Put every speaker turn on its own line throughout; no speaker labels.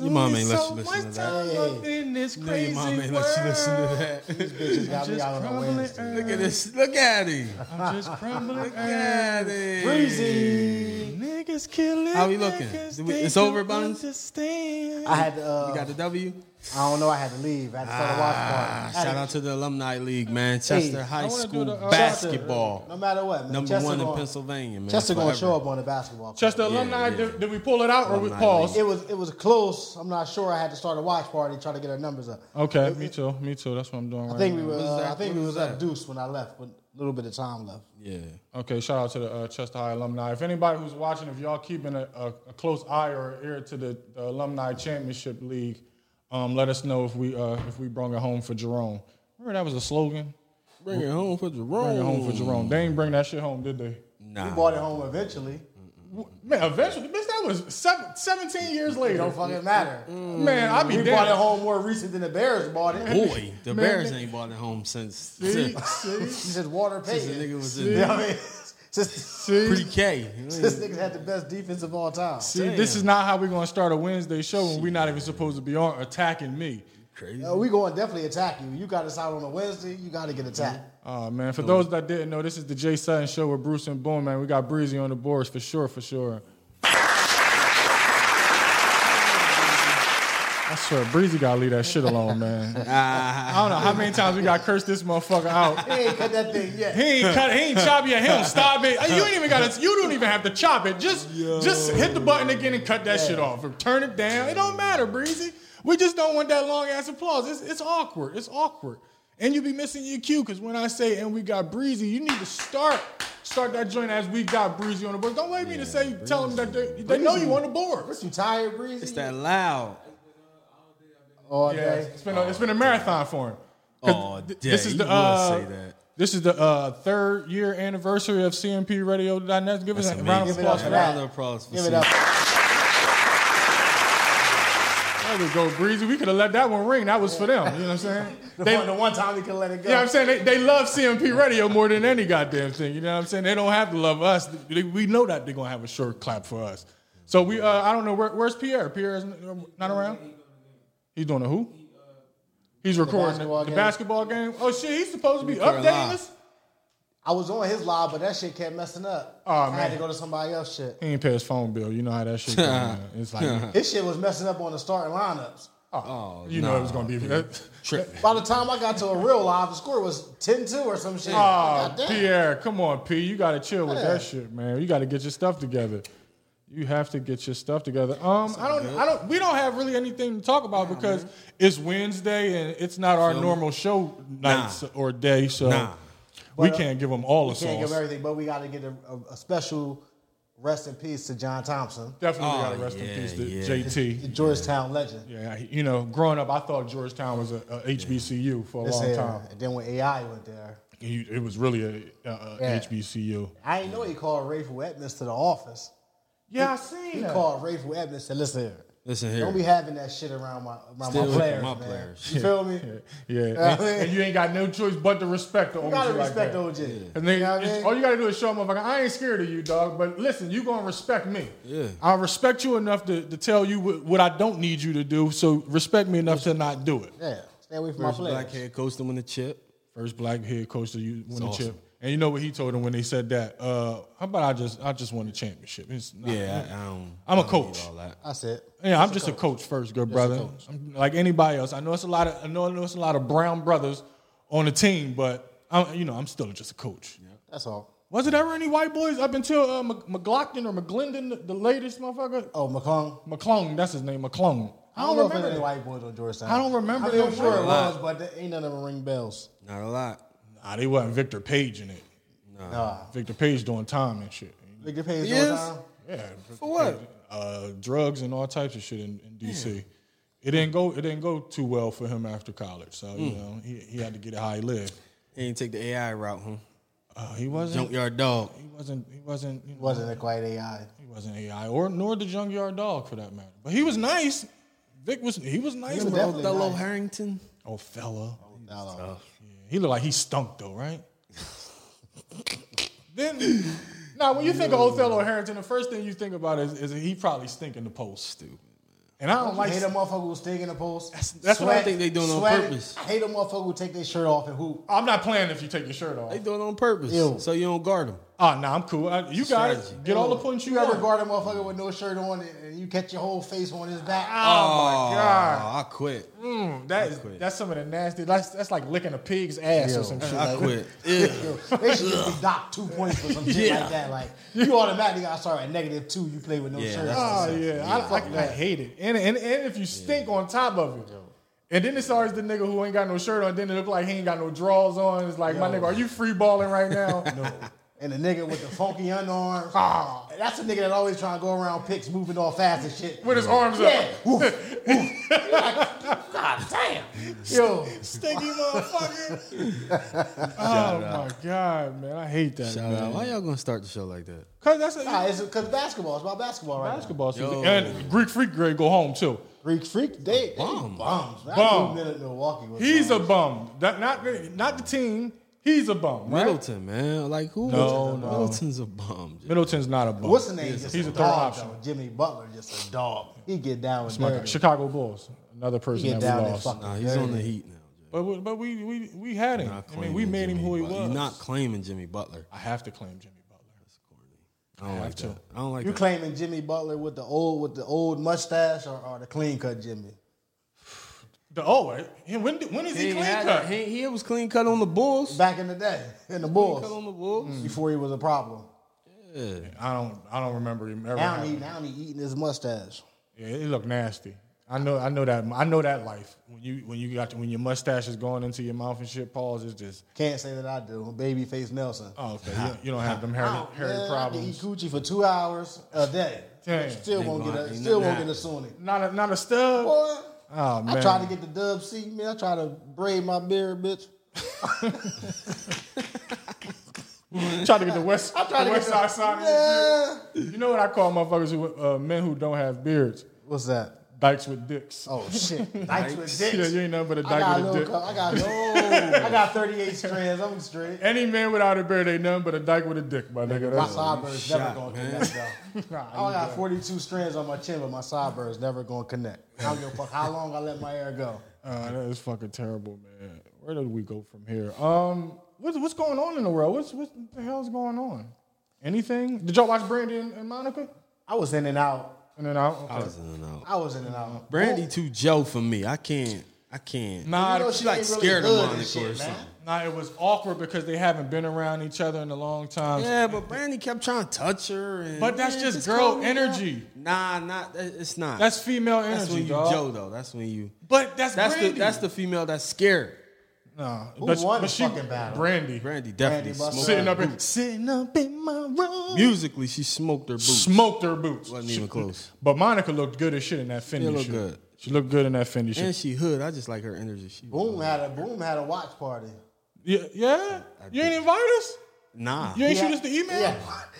Your mom ain't let you listen to that.
in this
No, your mom ain't let you listen to that.
Bitches got me
Just
out on a
crumbling
Wednesday.
Look at this. Look at him.
I'm just crumbling.
Look at him.
Breezy.
Niggas killing.
How we looking?
niggas,
Did we-
they
it's over,
don't
Buns?
understand.
I had to. Uh,
You got the W.
I don't know. I had to leave. I had to start a watch
Ah,
party. I had
shout
to-
out to the alumni league, man. Chester High
I wanna do
School
the, uh,
No
basketball,
matter what, man.
number
Chester
one in
gonna-
Pennsylvania, man.
Chester gonna
forever.
show up on the basketball. court.
Just the alumni.
yeah.
Did, did we pull it out or we
Alumni
paused?
It was it was close. I'm not sure. I had to start a watch party, try to get our numbers up.
Okay, me too. Me too. That's what I'm doing.
I
right
think we
now.
were.
was
Uh,
that?
I think
What
we
was
was
that?
up deuce when I left, but a little bit of time left.
Yeah.
Okay, shout out to the uh, Chester High alumni. If anybody who's watching, if y'all keeping a, a, a close eye or ear to the, the alumni championship league, um, let us know if we uh, if we brought it home for Jerome. Remember that was a slogan.
Bring it home for Jerome.
Bring it home for Jerome. They ain't bring that shit home, did they?
We
Nah.
brought it home eventually.
W- Man, eventually, bitch, that was seven, 17 years
Mm.
It
later.
don't fucking matter.
Man, I be
We brought it
damned.
home more recent than the Bears bought it.
Boy, the Bears ain't brought it home since,
See,
since
see,
This is Walter
the
Payton.
nigga was
You know
in
what I mean? Since-
see.
pre-K.
This nigga had the best defense of all time.
See, this is not how we're gonna start a Wednesday show when we're not even supposed to be on attacking me.
Crazy.
Uh, we going to definitely attack you. You got us out on a Wednesday. You got to get attacked.
Oh man, for those that didn't know, this is the Jay Sutton show with Bruce and Boom, man. We got Breezy on the boards for sure, for sure. I swear, Breezy gotta leave that shit alone, man.
Ah.
I don't know how many times we got cursed this motherfucker out.
He ain't cut that thing yet.
He ain't cut, he ain't chop your him. Stop it. You ain't even gotta you don't even have to chop it. Just just hit the button again and cut that shit off. Or turn it down. It don't matter, Breezy. We just don't want that long ass applause. It's, it's awkward. It's awkward. And you be missing your cue because when I say and we got Breezy, you need to start start that joint as we got Breezy on the board. Don't wait me to say tell them that they, they know you on the board.
What, you tired, Breezy?
It's that loud.
all
Yeah,
day.
it's been a, it's been a marathon for him. 'Cause
Oh,
th-
yeah,
this is
you
the
would
uh,
say that.
This is the uh, third year anniversary of CMPRadio.net. Give us
That's
a round of
amazing.
applause
Give
for
it
that.
up.
Round of applause for
Give it up.
There we go, Breezy. We could have let that one ring. That was for them. You know what I'm saying?
The,
They, you
one,
know
the one time we can let it go.
what I'm saying? They, they love CMP Radio more than any goddamn thing. You know what I'm saying? They don't have to love us. They- we know that they're going to have a short clap for us. So we, uh, I don't know, where, where's Pierre? Pierre is uh, not around? He's doing a who? He's recording the
basketball
the
game.
basketball game. Oh, shit, he's supposed to be
Recording
updating
live.
us?
I was on his live, but that shit kept messing up.
Aw,
I
Oh, man.
had to go to somebody else shit.
He ain't pay his phone bill. You know how that shit goes. man. It's like,
His shit was messing up on the starting lineups.
oh, you know it was going to be.
Trip.
By the time I got to a real live, the score was 10-2 or some shit.
Oh,
God damn.
Pierre, come on, P. You got to chill with
Yeah.
that shit, man. You got to get your stuff together. You have to get your stuff together. Um, I don't, I don't. We don't have really anything to talk about because it's Wednesday and it's not our normal show nights or day, so
Nah.
we can't give them all the
Can't give
sauce.
everything, but we got to get a, a, a special rest in peace to John Thompson,
Definitely
Oh,
got to rest
yeah,
in peace to
yeah.
the
JT.
Georgetown legend.
Yeah, you know, growing up, I thought Georgetown was a, a HBCU for a
This
long
era.
time.
And then when AI went there,
You- It was really a, a, a
Yeah.
HBCU.
I didn't know he called Rafe Edmonds to the office.
Yeah, I seen
He
that.
called Rafe Edmonds and said, "Listen here,
Listen here.
don't be having that shit around my around
Still
my players,
my
man.
players.
You feel me?
Yeah,
I
and,
mean-
and you ain't got no choice but to respect the
You gotta
OG like
respect
that.
OG.
And then
You know what I
it's-
mean?
all you gotta do is show them, motherfucker, I ain't scared of you, dog. But listen, you gonna respect me.
Yeah.
I respect you enough to, to tell you what, what I don't need you to do. So respect me enough to not do it.
Yeah, stay away from
First
my
black
players.
head coach to win the chip.
First black head coach to you win the
awesome.
chip. And you know what he told them when they said that? Uh, how about I just I just won the championship? It's not,
Yeah, I, I don't.
I'm a
I don't need
coach.
All that.
That's it.
Yeah, I'm just a coach, first, good brother. I'm like anybody else. I know it's a lot of I know, I know it's a lot of brown brothers on the team, but I'm you know I'm still just a coach.
That's all.
Was it ever any white boys up until uh, Mc- McLaughlin or McGlendon, the, the latest motherfucker?
Oh, McClung.
McClung, that's his name, McClung. I
I
don't,
don't, know if
remember.
any white boys on Georgetown.
I don't remember
I mean, I'm
them
sure it
playing.
was, but there ain't none of them ring bells.
Not a lot.
Nah, they wasn't Victor Page in it.
Nah.
Victor Page doing time and shit.
Victor Page
Yes.
Georgetown.
Yeah, Victor
what?
Page, uh, drugs and all types of shit in, in D.C. It didn't go. It didn't go too well for him after college. So you
Hmm.
know he, he had to get it how he lived.
He ain't take the AI route, huh?
Uh, he wasn't.
Junkyard dog.
He wasn't. He wasn't. You know,
Wasn't it quite AI?
He wasn't AI, or nor the Junkyard Dog for that matter. But he was nice. Vic was. He was nice.
was
bro.
definitely
Othello
nice.
Harrington.
Oh, fella.
No, no.
He looked like he stunk though, right? then, now when you think of Othello Harrington, the first thing you think about is, is he probably stinking the post.
Stupid.
And I don't like
hate a motherfucker who sting in the post. That's,
that's what I think they doing on purpose.
I hate a motherfucker who take their shirt off and hoop.
I'm not playing if you take your shirt off.
They do it on purpose.
Ew.
So you don't guard them.
Oh, no, I'm cool. I- you got
Strategy.
it. Get all the points you
You ever
want.
guard a motherfucker with no shirt on and, and you catch your whole face on his back? Ah.
Oh, my God.
I quit.
Mm, that is,
quit.
that's some of the nasty. That's, that's like licking a pig's ass
Yo.
or some shit.
I quit. Yeah.
Yo, they should just be docked two points for some shit like that. Like you automatically got sorry at negative two. You play with no
Yeah,
shirt.
that's
on.
Oh yeah, I, I, I hate it. And, and and if you stink on top of it, and then it's always the nigga who ain't got no shirt on. Then it look like he ain't got no drawers on. It's like my
Yo.
nigga, are you free balling right now? no.
And the nigga with the funky unarmed. Ah, that's a nigga that always trying to go around picks, moving all fast and shit.
With his arms
yeah,
up,
woof, woof. You're like, God damn, yo,
stinky motherfucker. oh my god, man, I hate that.
Shout out. Why y'all gonna start the show like that?
Cause that's a,
nah, Ah, it's because basketball. It's about basketball right now.
basketball season.
Yo.
And Greek freak grade go home too.
Greek freak, they, they
Bum.
bums. That
Bum.
dude in Milwaukee was
He's
bum.
a bum. That not not the team. He's a bum. Right?
Middleton, man. Like who?
No, no.
Middleton's a bum. J-
Middleton's not a bum.
what's the name? just
he's Oh, a
a
third
dog,
option.
though. Jimmy Butler, just a dog. He get down with
Yeah,
that.
Chicago Bulls. Another person
He get
that
down
we
and
lost.
fucking.
Nah, he's
dirty.
on the Heat now. J-
But we, but we we we had him.
Not
I mean,
claiming
we made him
Jimmy
who he
Butler.
was.
You're not claiming Jimmy Butler.
I have to claim Jimmy Butler.
I don't like
to.
that. I don't like
You
that.
claiming Jimmy Butler with the old with the old mustache or, or the clean cut Jimmy?
The oh, wait. He- when did- when is he,
He,
clean
had-
cut?
he, he was clean cut on the Bulls.
Back in the day, in the
Cut
Bulls,
on the Bulls.
before he was a problem.
Yeah.
I don't I don't remember him ever.
Now
having-
he now he eating his mustache.
Yeah, it looked nasty. I know I know that I know that life when you when you got when your mustache is going into your mouth and shit. Pause. It's just
Can't say that I do. Babyface Nelson.
oh okay. you, you don't have them hairy,
Oh,
hairy
man, I
problems.
can eat coochie for two hours a day.
Damn.
Still
Ain't
won't get
gonna-
a
ain't nothing
still won't get a
happening.
Sunni.
Not a, not a stub.
Boy,
Oh man.
I tried to get the dub seat, man. I tried to braid my beard, bitch.
tried to get the west.
I
the
tried to
west
get the-
side side.
Yeah.
You know what I call motherfuckers who uh, men who don't have beards?
What's that?
Dykes with dicks.
Oh shit! Dykes with dicks.
Yeah, you ain't nothing but a
I got
dyke with
a
a
little.
dick.
Cup. I got no. I got 38 strands. I'm straight.
Any man without a beard ain't nothing but a dyke with a dick, my nigga.
My
That's,
sideburns
shot,
never gonna
man.
connect, though. Oh, I only got 42 strands on my chin, but my sideburns never gonna connect. I don't give a fuck how long I let my hair go.
uh, that is fucking terrible, man. Where did we go from here? Um, what's what's going on in the world? What's what the hell's going on? Anything? Did y'all watch Brandon and Monica?
I was in and out.
And then I, okay.
I was in and
Mm.
out.
I was in and out.
Brandy too Joe for me. I can't. I can't.
nah,
You know
it-
like
ain't
scared of
good
Monica
and
or
man.
something.
nah, it was awkward because they haven't been around each other in a long time.
Yeah, but Brandy kept trying to touch her. And,
But that's just girl
calm down.
energy.
Nah, not. that- It's not.
That's female energy,
That's when you
dog.
Joe though. That's when you.
But that's,
That's
Brandy.
the that's the female that's scared.
no.
Who won the fucking battle?
Brandy.
Brandy definitely
Brandy Buster.
smoked
sitting
her
up in
boots.
sitting up in my room.
musically. She smoked her boots.
smoked her boots.
Wasn't
She-
even close.
But Monica looked good as shit in that Fendi
She looked
shit.
good.
She looked good in that Fendi shit.
And she hood. I just like her energy. She
Boom had a boom had a watch party.
Yeah, yeah. you ain't invite us.
nah.
You ain't
Yeah.
shoot us the email.
Yeah,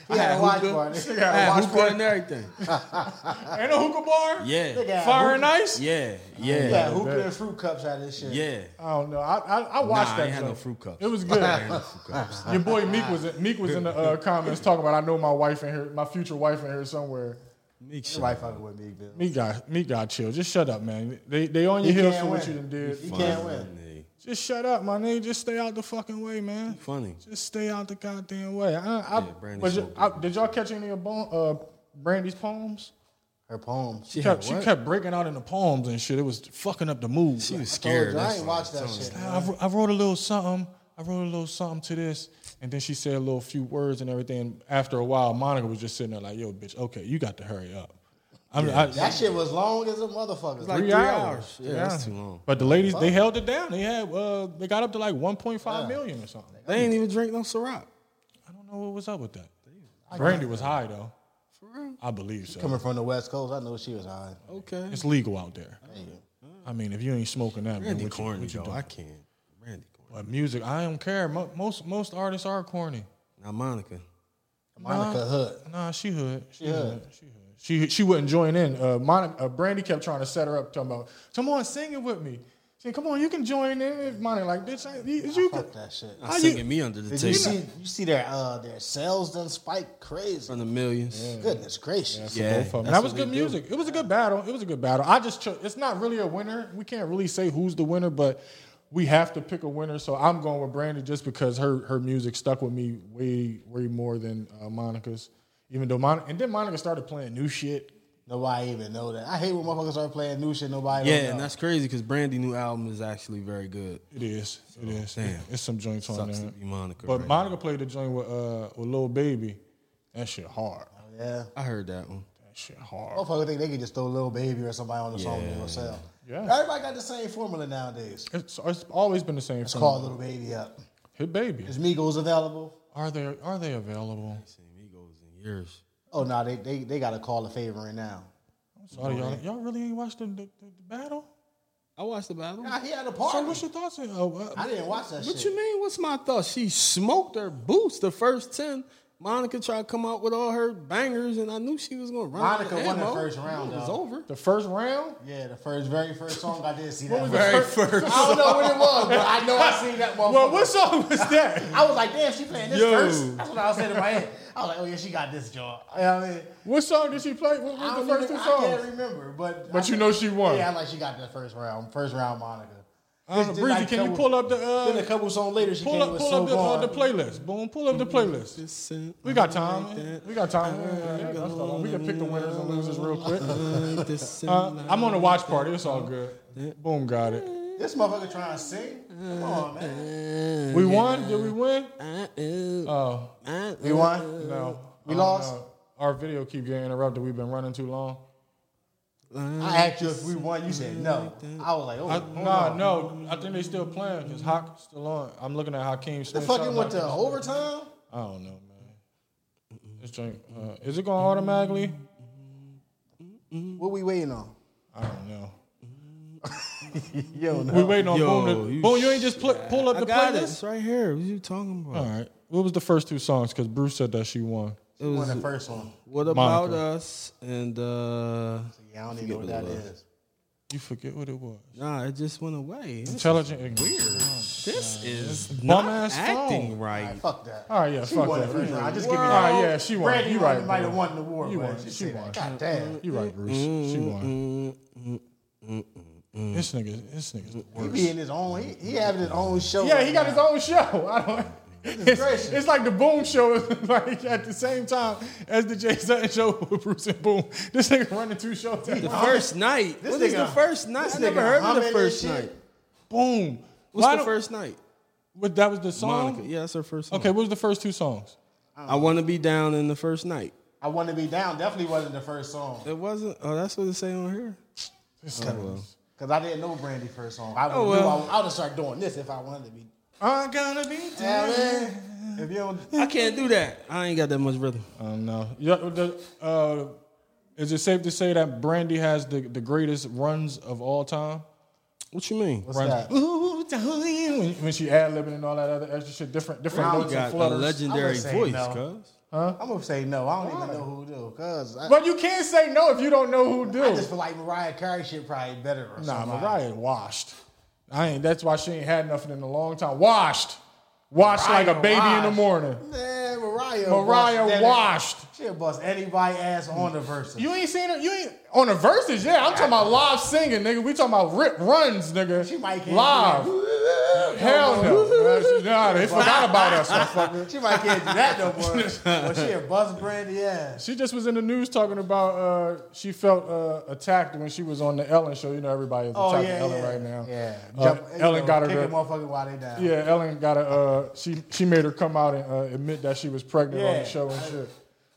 he
I
had
had
a watch
hookah.
party.
I
Nigga
had
watch
hookah
party.
and everything.
Ain't no hookah bar.
Yeah,
had
Fire
hookah-
and ice.
yeah,
Yeah,
yeah,
hookah and fruit cups had this shit.
yeah.
I don't know. I I, I watched
Nah, I
that.
ain't had
joint.
no fruit cups.
It was good.
I ain't had no fruit cups.
Your boy Meek was in, Meek was in the uh, comments talking about I know my wife in here, my future wife in here somewhere.
Make sure.
Everybody fucking with me, Bill.
Meek got Meek got chill. Just shut up, man. They they on your
He
heels
can't
for what you
win.
done did.
He can't win.
Just shut up, my nigga. Just stay out the fucking way, man.
Funny.
Just stay out the goddamn way. I, I,
Yeah, Brandy
was y-
smoked
I- did y'all catch any of Bon- uh, Brandy's poems?
Her poems.
She
She, had
kept, she
what?
kept breaking out into poems and shit. It was fucking up the mood.
She was
Told you,
scared.
I
that's
ain't
why.
watched that shit.
I, wr- I wrote a little something. I wrote a little something to this. And then she said a little few words and everything. After a while, Monica was just sitting there like, yo, bitch, okay, you got to hurry up. I'm, I,
That shit was long as a motherfucker.
like-
three,
three
hours.
hours. Yeah, that's too long.
But the ladies, they held it down. They had, uh, they got up to like 1.5 million or something.
They ain't even drink no Ciroc.
I don't know what was up with that. Brandy was high though. For real? I believe so.
Coming from the West Coast, I know she was high.
Okay.
It's legal out there. I mean, if you ain't smoking that, man,
Randy
what you,
corny,
what you
though.
doing?
I can't. Randy corny.
But music, I don't care. Mo- Most most artists are corny.
Now Monica.
Monica Hood.
Nah, she hood. She hood. She hood. She she wouldn't join in. Uh, Monica, uh, Brandy kept trying to set her up, talking about, "Come on, sing it with me." Shit, come on, you can join in. If Monty like, bitch, I, you, you could.
Fuck that shit.
How
I'm
you-
singing me under the
Did you
table.
see? You see their uh their sales done spike crazy.
From the millions.
Goodness gracious.
Yeah.
Both of 'em.
that's
That was
what they
good
do.
music. It was a good battle. It was a good battle. I just cho- it's not really a winner. We can't really say who's the winner, but we have to pick a winner. So I'm going with Brandy just because her her music stuck with me way way more than uh, Monica's. Even though Monica and then Monica started playing new shit.
Nobody even know that. I hate when motherfuckers start playing new shit. Nobody.
Yeah,
don't know.
and that's crazy because Brandy new album is actually very good.
It is. It is.
damn.
It's some joints on
Sucks
there.
to be Monica.
But
right now.
Monica played the joint with uh with Lil Baby. That shit hard.
yeah.
I heard that one.
That shit hard.
Motherfucker think they could just throw little baby or somebody on the song and
Yeah.
it'll sell.
Yeah.
Everybody got the same formula nowadays.
It's, it's always been the same.
It's
thing.
called little baby up.
Hit baby.
Is Migos available?
Are they are they available?
Seen Migos in years.
Oh no, they they, they got a call a favor right now.
Sorry, y'all, y'all really ain't watched the, the, the battle?
I watched the battle.
Nah, he had a
So
party.
what's your thoughts? On, oh, uh,
I didn't watch that
What
shit.
you mean? What's my thought? She smoked her boots the first ten. Monica tried to come out with all her bangers, and I knew she was going to run. out of
Monica won the
ammo.
first round,
It was
dog.
over.
the first round?
Yeah, the first very first song I did see that.
was
one.
that? Very
first.
I don't know what it was, but I know I seen that motherfucker.
Well, what song was that?
I was like, damn, she playing this
Yo.
first. That's what I was saying in my head. I was like, oh yeah, she got this job. You know what I mean?
what song did she play? What
I,
was
don't
the first two
even- I can't
songs?
remember, but
But
I-
you know she won.
Yeah, I like she got the first round, first round Monica.
I don't know,
Just-
Breezy,
like,
can you
couple-
pull up the
Then a
uh,
couple songs later, she
pull
came
up
with
pull
so
up the, uh,
Gone.
the playlist? Boom, pull up the playlist. We got time. We got time. Yeah, that's all. We can pick the winners and losers real quick. Uh, I'm on a watch party. It's all good. Boom, got it.
This motherfucker trying to sing. Come on, man.
Uh,
We won. Did we win? Oh
We
uh,
won.
no,
We
Oh,
lost?
no. Our video keep getting interrupted. We've been running too long.
I asked you if we won. You said no. I was like, oh,
I,
hold
nah,
on.
no. I think they still playing because Hawk still on. I'm looking at Hakeem
The
Smith.
fucking went
Sounds like-
to overtime.
I don't know, man. This drink, uh, is it going automatically?
What we waiting on?
I don't know.
Yo, no.
We waiting on
Yo,
Boom. To,
you
boom, you ain't just pl- pull up
I
the
got it.
playlist.
It's right here. What you talking about?
All right. What was the first two songs? Because Bruce said that she won.
It
won the
was
first one.
What About
Monica.
Us and uh,
Yeah, I don't even know what
Forget
that
what it
is.
You forget what it was.
Nah, it just went away.
Intelligent and weird.
This is
Bum
not
ass
acting
phone.
right.
Fuck that.
All right, yeah,
she
fuck
won
that.
the first
You
round. Just give
won.
me
All
that.
right, yeah, she won.
Brandy
You right,
might have
bro.
won the war.
You
but
won.
I should
She
say
won.
that. God damn.
You right, Bruce. She won. This nigga, this nigga's the
He
worst.
be in his own. He, he having his own show.
Yeah,
right
he got his
now.
own show. I don't. It's,
gracious.
it's like the Boom Show, like at the same time as the Jay Sutton Show with Bruce and Boom. This nigga running two shows. at
The
once.
first night.
This
What is
nigga-
the first night?
this
I never
nigga
heard of
humming
the
and
first
shit.
night.
Boom.
What's
Why
the
don't-
first night?
What, that was the song.
Monica. Yeah, that's her first. Song.
Okay, what was the first two songs?
I want to be down in the first night.
I want to be down. Definitely wasn't the first song
It wasn't. Oh, that's what it say on here.
because I didn't know Brandy first song. I would
Oh,
do-
well.
I would, I would have started doing this if I wanted to be.
I gotta be
Yeah, man. If you don't,
I can't do that. I ain't got that much rhythm.
Um, no. Yeah, the, uh, is it safe to say that Brandy has the, the greatest runs of all time?
What you mean?
what's that?
Ooh, darling, when, when she ad libbing and all that other extra shit, different different
Wow,
You
notes and
got a
flutters.
legendary
I'ma say
voice,
no.
cuz.
I'm gonna say no. I don't even know who do because I,
But you can't say no if you don't know who do.
I just feel like Mariah Carey shit probably better. Or
Oh. nah,
somebody.
Mariah washed. I ain't. That's why she ain't had nothing in a long time. Washed, washed like a
Mariah
baby in the
washed.
morning.
Man, Mariah.
Mariah
bust that-
washed.
She'll bust anybody ass on the verses.
You ain't seen her. You ain't on the verses. Yeah, I'm talking about live singing, nigga. We talking about rip runs, nigga.
she might can't
live.
Do
Hell no. Nah, they forgot about us. motherfucker.
that. She might can't do that no more. but she a bust Brandy ass.
She just was in the news talking about uh, she felt uh, attacked when she was on the Ellen show. You know, everybody is
Oh
attacking
yeah,
Ellen
yeah.
right now.
Yeah,
Uh,
Jump- you
Ellen
know,
got her
kick
to-
a motherfucker while they down.
Yeah, Ellen got a. Uh, she she made her come out and uh, admit that she was pregnant on
Yeah.
the show and shit.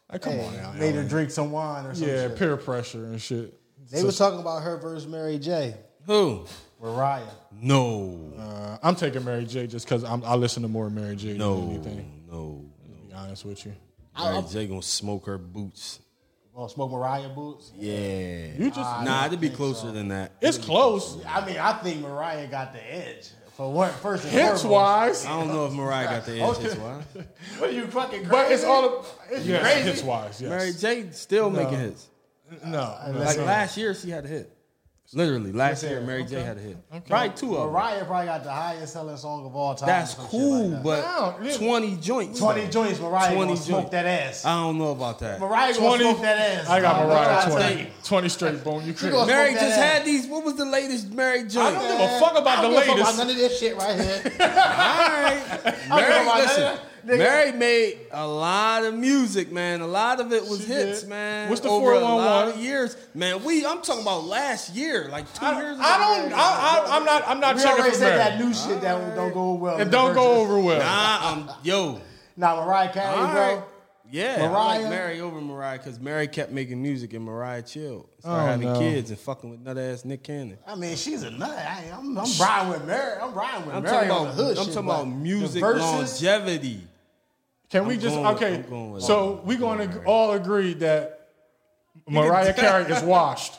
Like, come on now.
made her drink some wine or some
Yeah,
shit.
peer pressure and shit.
They was talking about her versus Mary J.
Who?
Mariah.
No.
Uh, I'm taking Mary J. just because I listen to more Mary J.
No.
than anything.
No.
To be honest with you,
Mary J gonna smoke her boots.
Well, smoke Mariah boots.
Yeah.
you just
nah, it'd be closer than that.
it's close.
I mean, I think Mariah got the edge for what first and
Hits
foremost.
wise,
I don't know if Mariah got the edge. That's why.
What are you fucking crazy?
but it's all. It's
You
yes,
crazy?
hits wise. Yes.
Mary J still making hits.
no, no.
Like last year, she had a hit. Literally, last year
year,
Mary J had a hit. Probably two of them.
Mariah probably got the highest selling song of all time.
That's
or some shit like
cool,
that.
but
Wow, really?
twenty joints.
20
though.
joints, Mariah
20
gonna smoke
joints.
that ass.
I don't know about that.
Mariah gonna
20.
smoke that ass.
Uh, I got
dog. That's
Mariah
what I
20.
think.
20 straight, boom. You crazy.
gonna-
Mary
smoke
just
that
had these. What was the latest Mary
I
joint?
don't
All
give a fuck about
I
the
don't give a fuck about
latest.
none of this shit right here.
right.
don't
Mary,
know about
listen,
that. Nigga.
Mary made a lot of music, man. A lot of it was
She
hits,
did.
man.
What's the
over a
411?
lot of years, man? We I'm talking about last year, like two
I,
years ago.
I don't. I, I, I'm not. I'm not
We
checking
already
for Mary.
said that new shit that don't go well.
It don't go over well.
Nah, I'm yo.
Nah, Mariah Carey,
All
bro.
right. Yeah, I like
Mariah.
Mary over Mariah because Mary kept making music and Mariah chilled, started
Oh,
having
no.
kids and fucking with nut ass Nick Cannon.
I mean, she's a nut. I, am I'm riding with Mary. I'm riding with
I'm
Mary
talking
on
about
the hood.
I'm
shit,
talking
but
about music
the verses,
longevity.
Can we just
going with-
okay?
I'm going with
so
it.
we're going to all agree that Mariah Carey is washed.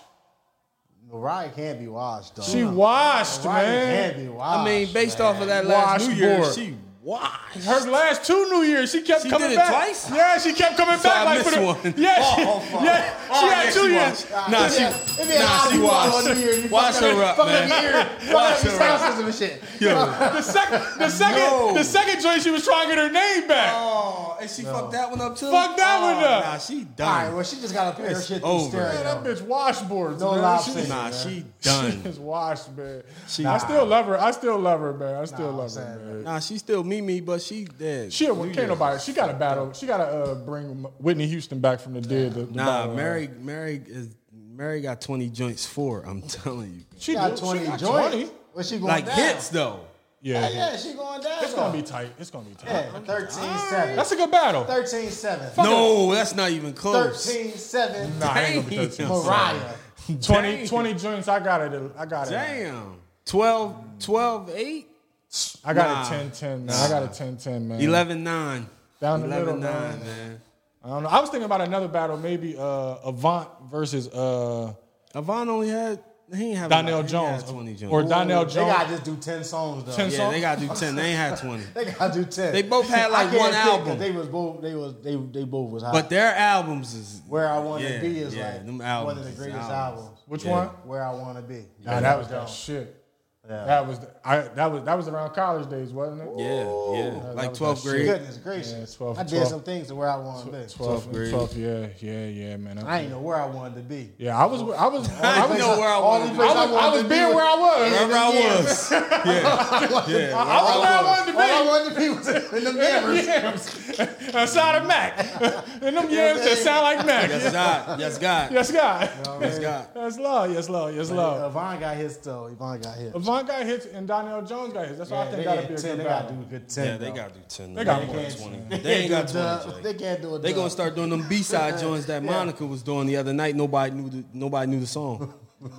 Mariah can't be washed, though.
She washed,
Mariah
man.
can't be
I
washed.
mean, based
man.
off of that last New Year's,
Washboard.
she washed.
Her last two New Years, she kept
She
coming
did it
back.
twice?
Yeah, she kept coming
So
back.
I
like for
missed
the,
one.
Yeah,
Oh,
she,
fuck.
yeah,
Oh,
she
yeah,
had two
she
years.
washed. Nah, she,
If it
nah,
had
she
you all
washed.
on New Year, you
Wash
fuck up-
her up,
fuck up
man.
your ear, fuck
Wash
up your
her
sound
up.
system and shit.
Yo.
The second, the second,
No.
the second joint, she was trying to get her name back.
Oh, and she fucked that one up too.
Fuck that
one
one up.
Nah, she
All right,
done.
well, she just got to pay her
It's
shit
over.
through
man, that
stereo.
bitch washboards.
Oh, No
man.
lobster.
She,
nah, she
she
done.
is washed, man.
She-
I still love her. I still love her, man. I still love her,
saying,
man.
nah, she still Mimi, but she dead.
She can't nobody. She got to battle. She got to uh, bring Whitney Houston back from the dead. to- to
Nah,
battle her.
Mary, Mary is Mary got twenty joints for. I'm telling you,
She
She got
do- she
20
got
joints. But she going
like
down.
hits though.
Yeah,
Yeah, yeah, she going down.
it's gonna be tight. It's gonna be tight.
Yeah, 13-7.
That's a good battle.
13-7.
No, that's not even close.
13-7.
Nah, I ain't gonna be
Damn.
13.
Mariah.
20, 20 joints. I got it. I got it.
Damn, 12, 12, 8,
I got
Nah.
it 10 10. Man. I got it 10 10, man.
11, 9.
Down the
11,
middle,
9,
man.
man.
I don't know. I was thinking about another battle, maybe uh, Avant versus uh,
Avon only had, he ain't have
Donnell
he had
Jones.
20 joints.
Or Donnell
They got
Jones.
to just do 10 songs, though.
10
yeah, they got to do 10. They ain't had 20.
They got to do 10.
They both had,
I
like,
can't
one
pick 'cause
album.
They was both, they was, they, they both was hot.
But their albums is.
Where I Want to
Yeah,
Be is
yeah,
like
them
one
albums
of the
is
greatest
albums.
albums.
Which
Yeah.
one?
Where I Want to Be.
Nah, that was that shit.
Yeah.
That was I. That was that was around college days, wasn't it?
Yeah, yeah. Like
was
12th
that
grade.
Goodness gracious.
Yeah, 12,
I did
12.
some things to where I want to be.
12,
grade.
12, yeah, yeah, yeah, man.
I ain't know where I wanted to be.
yeah, I was, I was, I
I
was,
know where I
all
wanted
the
to be.
places
I was, I was
wanted to
being
be
where I was.
Wherever I was. Yeah. yeah.
I was where I wanted to be.
All I wanted to be was in them
Yams.
yammers.
Outside of Mac. and them yams that sound like
Yes,
Mac.
God. Yes, God.
Yes, God.
Yes, God.
Yes, Lord. Yes, Lord. Yes, Lord.
Yvonne got hits though. Yvonne got hits.
Avon got hits and Donnell Jones got hits. That's why I think
they
that'll
got
be a
10,
good
they gotta do
battle.
a good ten.
Yeah, they
bro.
got to do 10.
They got
ain't
more.
got 20. They
They
ain't got
can't do
20.
a dub.
Jay.
They can't do a
They
dub.
gonna start doing them B side joints that Monica was doing the other night. Nobody knew the, nobody knew the song.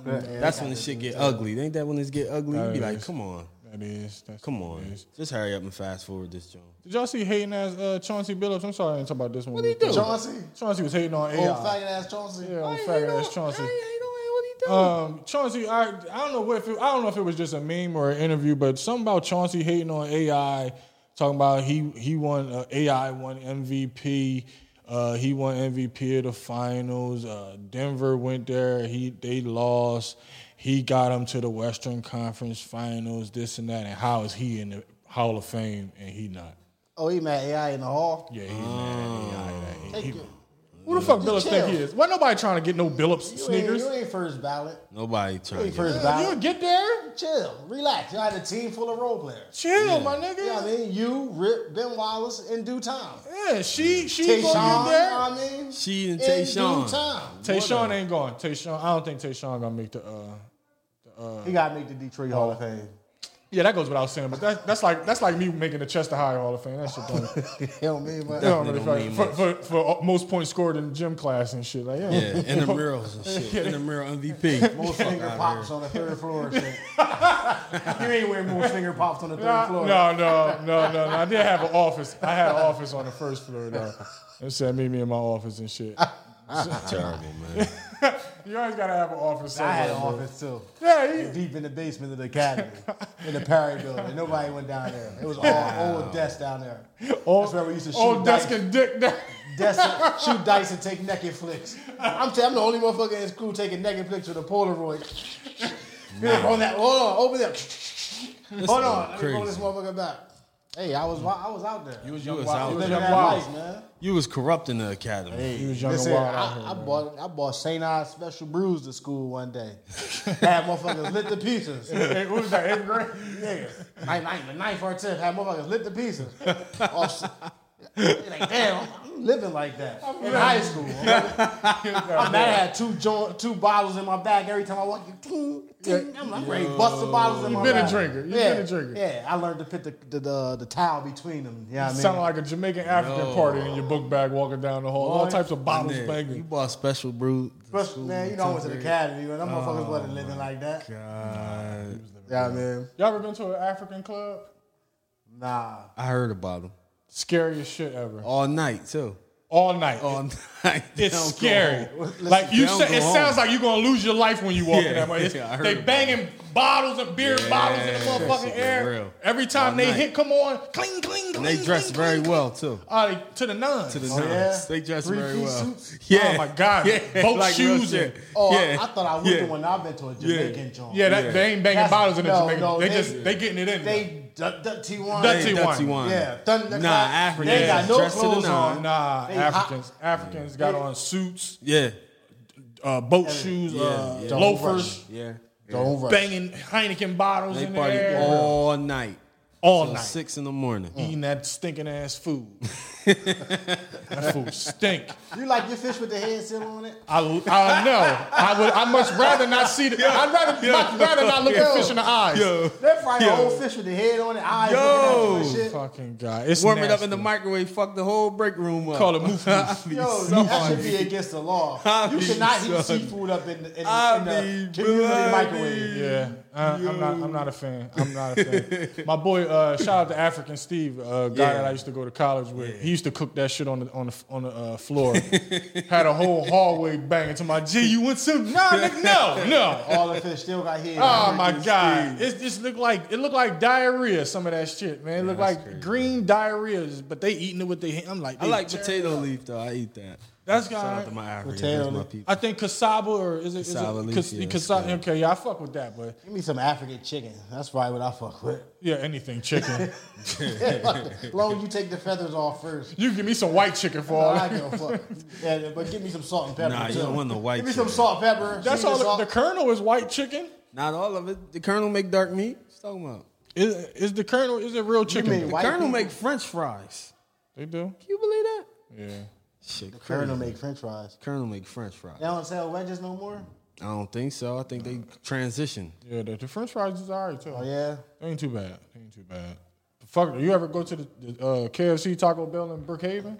That's when the shit get ugly. Ain't that when this get ugly? You be
That
like,
is.
come on,
That is. That's
come
what it
on,
is.
just hurry up and fast forward this joint.
Did y'all see hating ass uh, Chauncey Billups? I'm sorry I didn't talk about this one. What
he do?
Chauncey,
Chauncey was hating on AI.
old faggot ass Chauncey.
Yeah,
I
old
ain't
faggot
know-
ass Chauncey.
I ain't- I ain't know what he doing.
Um, Chauncey, I I don't know if it, I don't know if it was just a meme or an interview, but something about Chauncey hating on AI, talking about he he won uh, AI won MVP, uh, he won MVP of the finals. Uh, Denver went there, he they lost. He got him to the Western Conference Finals, this and that, and how is he in the Hall of Fame and he not?
Oh, he mad AI in the hall.
Yeah, he's mad at AI.
Take
He,
it.
who the fuck Billups
Chill.
think he is? Why nobody trying to get no Billups
You ain't,
sneakers? Oh,
you ain't first ballot.
Nobody
You
trying
ain't
to get
first
You'll
ballot.
get there.
Chill, relax. You had a team full of role players.
Chill, my nigga.
You know what I mean? You, Rip, Ben Wallace in due time.
Yeah, she she
Tayshaun,
gonna get there.
I mean,
she and
in due
Tayshawn.
time.
Tayshawn ain't going. Tayshawn, I don't think Tayshawn gonna make the. uh
He got to make the Detroit Hall of Fame.
Yeah, that goes without saying. But that, that's like that's like me making the Chester High Hall of Fame. That shit don't. that
Hell, me, but
don't
Definitely
really
don't
fuck-
mean
for, for, for uh, most points scored in gym class and shit like yeah.
Yeah, in the murals and shit. In the mural MVP.
Most finger pops on the third floor. and shit. you ain't wearing most finger pops on the third
No,
floor.
no, no, no, no. I did have an office. I had an office on the first floor though. And said meet me in my office and shit.
Terrible man.
You always gotta have an office.
I
Somewhere,
had an
bro.
office too.
Yeah, you,
Deep in the basement of the academy, in the Perry building. Nobody went down there. It was all old desks down there.
old,
That's where we used to shoot
old desk
dice.
and dick. down.
Desks, shoot dice and take naked flicks. I'm, t- I'm the only motherfucker in this crew taking naked flicks with a Polaroid. on that, hold on, open that. Hold on, let me pull this motherfucker back. Hey, I was I was out there.
You was,
young
you was
wild.
out
You was
there.
living
young
that
wild.
life, man.
You was corrupting the academy.
He was young
Listen,
and wild. out
I,
here,
I
man.
bought I bought St. Ives special brews to school one day. Had motherfuckers lit the pieces.
Hey, what was that? Eighth grade?
Nigga, ninth, ninth, ninth or tenth, had motherfuckers lit the pieces. Off- like, damn, I'm living like that in high school. I'm mad I had two jo- two bottles in my bag every time I walk. Ting, ting, I'm, I'm ready to bust the bottles in
You
my
been a
bag.
drinker. You
yeah,
been a drinker.
Yeah, I learned to put the the, the, the towel between them. Yeah, you know what I
Sound
mean.
like a Jamaican African party in your book bag walking down the hall. All
Boy.
types of bottles
Nigga, You
banging.
bought special brew. to
Plus,
school
man, you
in
know I went to
tenth
the
grade.
academy, man. Them motherfuckers wasn't
Oh,
living like that.
God.
Yeah, man.
Y'all ever been to an African club?
Nah.
I heard about them
Scariest shit ever.
all night too.
All night.
All night. They
It's
don't go
scary.
home.
like you
They don't
said,
go
it
home.
sounds like you're gonna lose your life when you walk in
Yeah,
that way. It's-
yeah, I heard
they
about
banging bottles and beer bottles in the
Yeah,
motherfucking
shit,
air.
real.
Every time
All
they
night.
hit, come on, cling, cling, cling.
They dress
cling,
very
cling.
well too.
Oh, they- to the nuns.
To the
Oh,
nines.
yeah?
They dress
Three-piece
very well.
suits?
Yeah.
Oh, my God. Both
real
shoes
shit.
and-
Oh,
yeah.
I, I thought I was
Yeah.
the one. I've been to a Jamaican joint.
yeah, that,
Yeah.
they ain't banging
That's-
bottles in the
no,
Jamaican.
no,
they,
they-
just they getting it in. there.
They du- Dutty one.
Dutty
They
T1.
Dutty one.
Yeah,
Nah,
thunder. clap. They
Africans
ain't got no
dressed to the
clothes
nine.
on.
Nah,
They hot.
Africans. Africans got
They-
on suits,
Yeah.
uh, boat shoes,
Yeah,
uh,
yeah.
loafers,
Yeah.
Don't rush.
banging Heineken bottles
They
in the air
party all night.
all
Till
night.
Six in the morning.
Eating that stinking ass food. that food stink.
You like your fish with the head still on it?
I, I know. I would. I much rather not see. The, I'd rather, much rather not look at
Yo.
fish in the eyes.
They're frying
Yo.
a whole fish with the head on it. Eyes
Yo.
looking at you and shit.
Fucking god. It's
Warm it
nasty.
up in the microwave. Fuck the whole break room up.
Call it moof moof.
I be
Yo,
so
that should be
hungry.
against the law.
I
You
be
should not
son.
eat seafood up in the, in the,
I
in the
be
community
bloody.
microwave.
Yeah, uh, I'm not. I'm not a fan. I'm not a fan. My boy, uh, shout out to African Steve, uh, guy
Yeah.
that I used to go to college with. He used to cook that shit on the on the on the uh, floor. Had a whole hallway banging to my G. You want some? Nah, nigga, no, no.
All the fish still got head.
Oh
on it.
my god! It just looked like it looked like diarrhea. Some of that shit, man. It looked like green diarrhea, but they eating it with their hand. I'm like,
I
they
like
tearing
potato
it up.
leaf though. I eat that.
That's
Shout out
good.
to my Africans.
Potato
That's my
leaf.
people.
I think cassava or is it? Is
Cassava
it
leaf,
cas-
yeah, that's
casa-
good.
okay, yeah, I fuck with that, but
Give me some African chicken. That's probably what I fuck with.
yeah, anything chicken.
Long you take the feathers off first.
you give me some white chicken for all
I
that.
don't give a fuck. Yeah, but give me some salt and pepper.
Nah, you
too.
don't want no white
Give me some
chicken.
salt and pepper.
That's
See
all.
the salt-
The, the kernel is white chicken.
Not all of it. The Colonel make dark meat. What's talking about?
Is, is the kernel? Is it real chicken?
mean
The
White
Colonel
people-
make French fries.
They do.
Can you believe that?
Yeah.
Shit, the
Colonel make French fries.
Colonel make French fries.
They don't sell wedges no more.
I don't think so. I think they transitioned.
Yeah, the, the French fries is alright too.
Oh yeah.
They ain't too bad. They ain't too bad. Fuck, you ever go to the, the uh, KFC, Taco Bell in Brookhaven?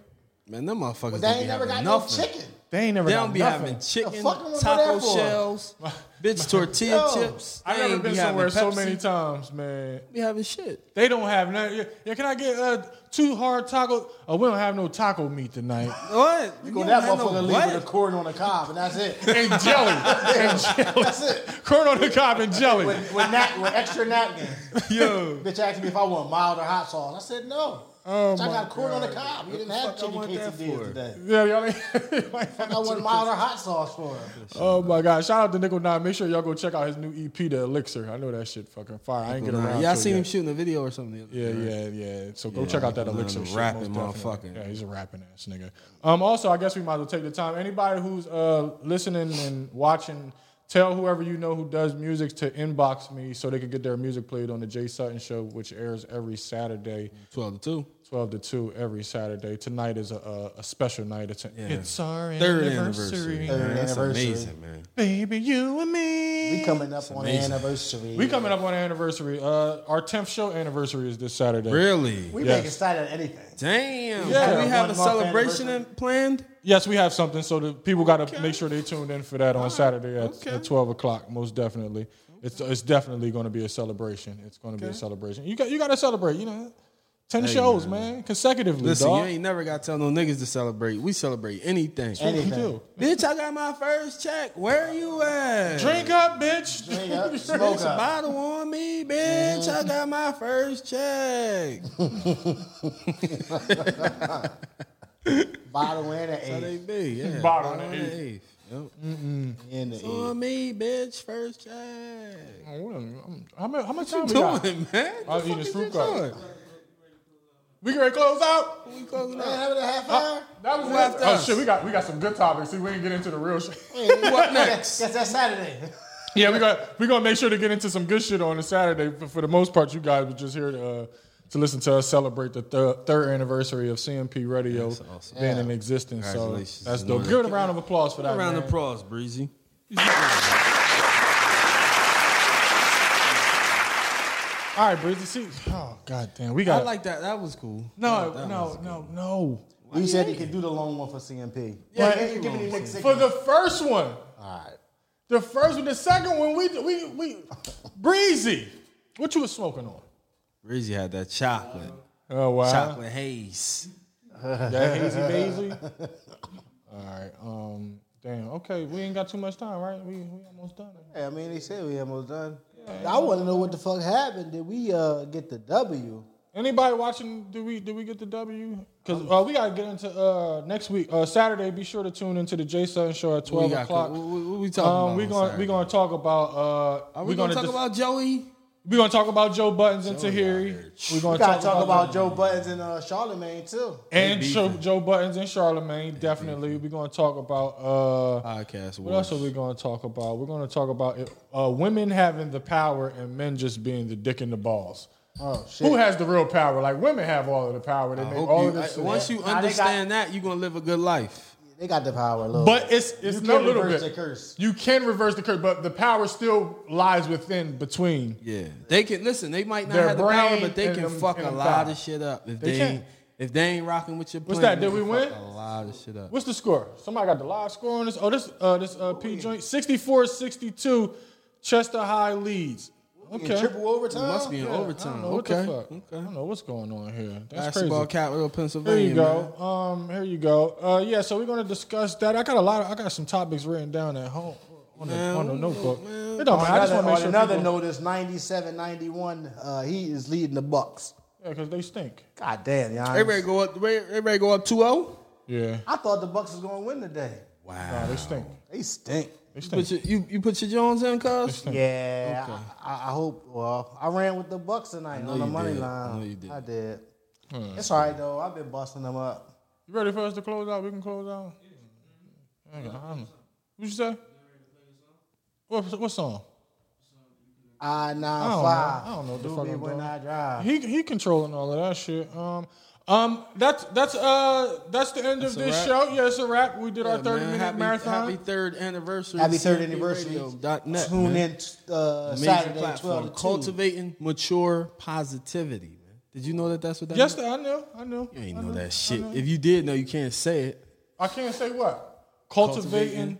Man, them motherfuckers
They
don't be
ain't never got
having
no
nothing.
chicken.
They ain't never.
They
got
don't be
nothing.
having chicken,
fuck I'm gonna go
taco
there for?
shells, bitch tortilla
Yo,
chips.
I
They
never
ain't
been
be
somewhere
having
so
Pepsi.
many times, man.
Be having shit.
They don't have none. Yeah, yeah, can I get uh, two hard taco? Oh, we don't have no taco meat tonight.
What? You
Go
don't
that
have no
motherfucker leave
what?
with a cord on a cob, and that's it.
and jelly, and jelly.
That's it.
Corn on the cob and jelly.
With, with, nap, with extra napkins.
Yo.
Bitch asked me if I want mild or hot sauce. I said no.
Oh,
Bitch, I
my
got corn on the cob. We didn't have
fuck I
chicken
want that for?
quesadillas today.
Yeah, y'all. ain't- y'all ain't
I want mild or hot sauce for it.
Oh my God! Shout out to Nickel Nine. Make sure y'all go check out his new EP, The Elixir. I know that shit fucking fire. I ain't get around.
yeah, I
to it
seen him
yet.
shooting a video or something. the other
Yeah,
day, right?
yeah, yeah. So go
Yeah,
check out that
Nickel Nine,
Elixir
the
shit.
rapping
most definitely.
motherfucker.
Yeah, he's a rapping ass nigga. Um. Also, I guess we might as well take the time. Anybody who's uh listening and watching, tell whoever you know who does music to inbox me so they can get their music played on the Jay Sutton Show, which airs every Saturday.
12 to 2.
12 to 2 every Saturday. Tonight is a, a, a special night. It's, a, it's our
Third
anniversary.
anniversary.
Third
man. That's
anniversary.
amazing, man.
Baby, you and me.
We coming up on the
amazing.
anniversary.
We coming up on anniversary. Uh, our 10th show anniversary is this Saturday.
Really?
We
Yes.
making style of anything.
Damn.
Yeah.
Do we have a
One month
celebration in,
anniversary.
planned?
Yes, we have something. So the people got to make sure they tuned in for that on Saturday at,
Okay.
at 12 o'clock, most definitely. It's, it's definitely going to be a celebration. It's going to be a celebration. You got you got to celebrate, you know. Ten shows, man. consecutively.
Listen,
dog.
you ain't never got to tell no niggas to celebrate. We celebrate anything.
That's what we
anything.
do.
Bitch, I got my first check. Where are you at?
Drink up, bitch.
Drink up,
Drink
smoke
It's a
up.
bottle on me, bitch. I got my first check.
Bottle and an
How they
eight.
be? Yeah.
Bottle on the
on the
eighth.
eighth. Yep.
And
It's
an eight.
On me, bitch. First check.
Oh, what am- How much, how much time we
Doing,
got?
man.
I'll
The
eat
fuck
this
is
fruit
you
cup.
doing?
We can close out.
We closing
Man,
out.
having a half hour?
That was
Who
it.
left
Oh
us?
shit, we got we got some good topics. See, we didn't get into the real shit.
What
That's,
next?
that's that Saturday.
yeah, we got we gonna make sure to get into some good shit on a Saturday. But for the most part, you guys were just here to uh, to listen to us celebrate the thir- third anniversary of CMP Radio
awesome.
being in existence. So
Congratulations.
that's dope. Give it a round of applause for that.
Round
man.
of applause, Breezy.
All right, Breezy. See, oh god damn, we
I
got
like that. That was cool.
no,
That was
no,
good.
no, no.
We said he could do the long one for CMP.
Yeah,
Give-
he
give me
long
the next
For
segment.
the first one,
All right.
the first one, the second one, we we we Breezy. What you was smoking on?
Breezy had that chocolate.
Oh wow,
Chocolate haze.
that hazy daisy. All right, um, damn. Okay, we ain't got too much time, right? We we almost done. it.
Yeah, I mean, they said we almost done. I want to know what the fuck happened. Did we uh, get the W?
Anybody watching? Do we do we get the W? Because
Um,
uh, we gotta get into uh, next week, uh, Saturday. Be sure to tune into the Jay Sutton Show at
What
twelve
we got?
o'clock.
What, what, what we talking
Um,
about?
we
on
gonna we
Saturday?
gonna talk about. Uh,
Are
we
we gonna, talk
dis-
about Joey?
We're gonna talk about Joe Buttons and Tahiri. We're gonna
We gotta talk about Joe Buttons and uh, Charlemagne too.
and
They
Joe,
beefing.
Joe Buttons and Charlemagne. Definitely, we're gonna talk about. Uh,
Podcast.
what else are we gonna talk about? We're gonna talk about uh, women having the power and men just being the dick and the balls.
Oh shit!
Who has the real power? Like women have all of the power. They
I
make
hope
all
you-
of this.
I-
shit.
once you
Nah, they got-
understand that, you're gonna live a good life.
they got the power, look.
but it's it's
You
no
can
little bit.
reverse the curse.
You can reverse the curse, but the power still lies within between.
Yeah, they can listen. They might not
Their
have the power,
brain
but they
and
can
them-
fuck
and
a
them
lot
thighs.
of shit up if
They
they,
can.
ain't, if they ain't rocking with your.
What's
plan,
that? Did
they
we
can
win?
fuck A lot of shit up.
What's the score? Somebody got the live score on this. Oh, this uh, this uh, P joint 64-62. Chester High leads.
In
Okay.
triple overtime.
It must be in
Yeah, I don't
overtime.
know what the
Okay,
fuck. I don't know what's going on here. That's
basketball
crazy.
capital, of
Here
Pennsylvania.
you go. Um, here you go. Uh, yeah. So we're gonna discuss that. I got a lot. Of, I got some topics written down at home on the, on the notebook. It don't
On
matter. I just want
another,
to
on
make sure.
another
people-
notice, 97, 91, uh, he is leading the Bucks.
Yeah, because they stink.
God damn, y'all.
Everybody go up. Everybody go up oh? 2-0?
Yeah.
I thought the Bucks was going to win today.
Nah, they stink.
They stink.
They stink.
Put your, you you put your Jones in, cuz.
Yeah, I, I, I hope. Well, I ran with the Bucks tonight on the
you
money
did.
line.
I know you did.
I did.
Hmm.
It's all right though. I've been busting them up.
You ready for us to close out? We can close out. Hang on, I don't know. What you say? What, what song?
I nine
know.
five.
I don't know what the
Do
fuck
me
I'm
when
doing.
I drive.
He he controlling all of that shit. Um, um, that's that's uh that's the end of
That's a
this
wrap.
show. Yeah, it's a wrap. We did our
Yeah,
thirty
man.
minute
happy,
marathon.
Happy third anniversary.
Happy third
CMP
anniversary.
radio.net,
Tune
man.
in uh,
Amazing
Saturday
platform.
twelve to two.
Cultivating mature positivity, man. Did you know that that's what that
yes,
meant?
I know, I know.
You ain't know that shit. If you did know, you can't say it.
I can't say what. Cultivating,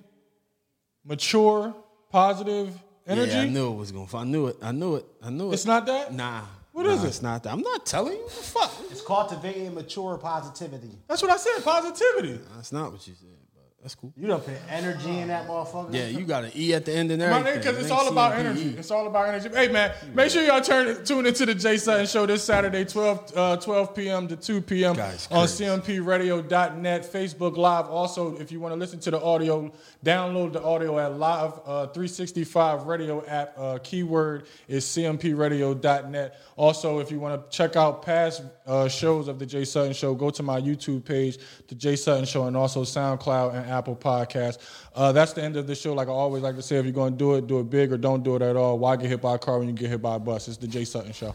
mature, positive energy.
Yeah, I knew it was gonna. I knew it. I knew it. I knew it.
It's not that?
Nah.
What
What
is
is
it?
It's not that. I'm not telling you. What the fuck?
It's cultivating mature positivity.
That's what I said. Positivity.
That's not what you said. But that's cool.
You done put energy in that motherfucker.
Yeah, you got an E at the end and
My nigga,
everything.
because it's
It ain't
all about
CMPE.
energy. It's all about energy. Hey, man, make sure y'all turn tune into the Jay Sutton Show this Saturday, 12, uh, 12 p.m. to 2 p.m.
Guys,
on
crazy.
cmpradio.net, Facebook Live. Also, if you want to listen to the audio, download the audio at Live uh, 365 Radio app. Uh, keyword is cmpradio.net. Also, if you want to check out past uh, shows of the Jay Sutton Show, go to my YouTube page, The Jay Sutton Show, and also SoundCloud and Apple Podcasts. Uh, that's the end of the show. Like I always like to say, if you're going to do it, do it big or don't do it at all. Why get hit by a car when you get hit by a bus? It's The Jay Sutton Show.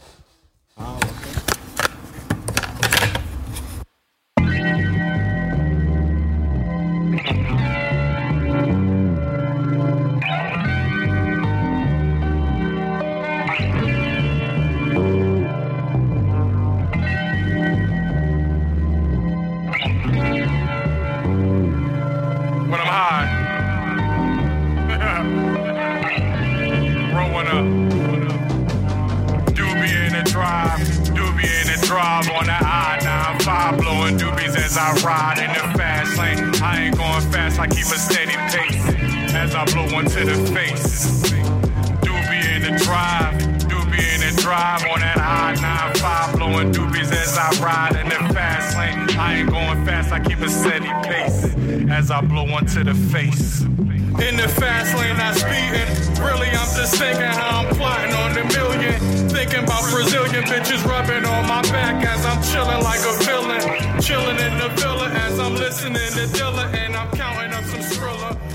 when I'm high. Rolling up. Doobie in the drive, doobie in the drive on ride in the fast lane. I ain't going fast, I keep a steady pace as I blow one to the face. Doobie in the drive, doobie in the drive on that high 9-5, blowing doobies as I ride in the fast lane. I ain't going fast, I keep a steady pace as I blow one to the face. In the fast lane, I speedin'. Really, I'm just thinking how I'm plotting on the million. Thinking about Brazilian bitches rubbing on my back as I'm chilling like a villain. Chilling in the villa as I'm listening to Dilla and I'm counting up some Skrilla.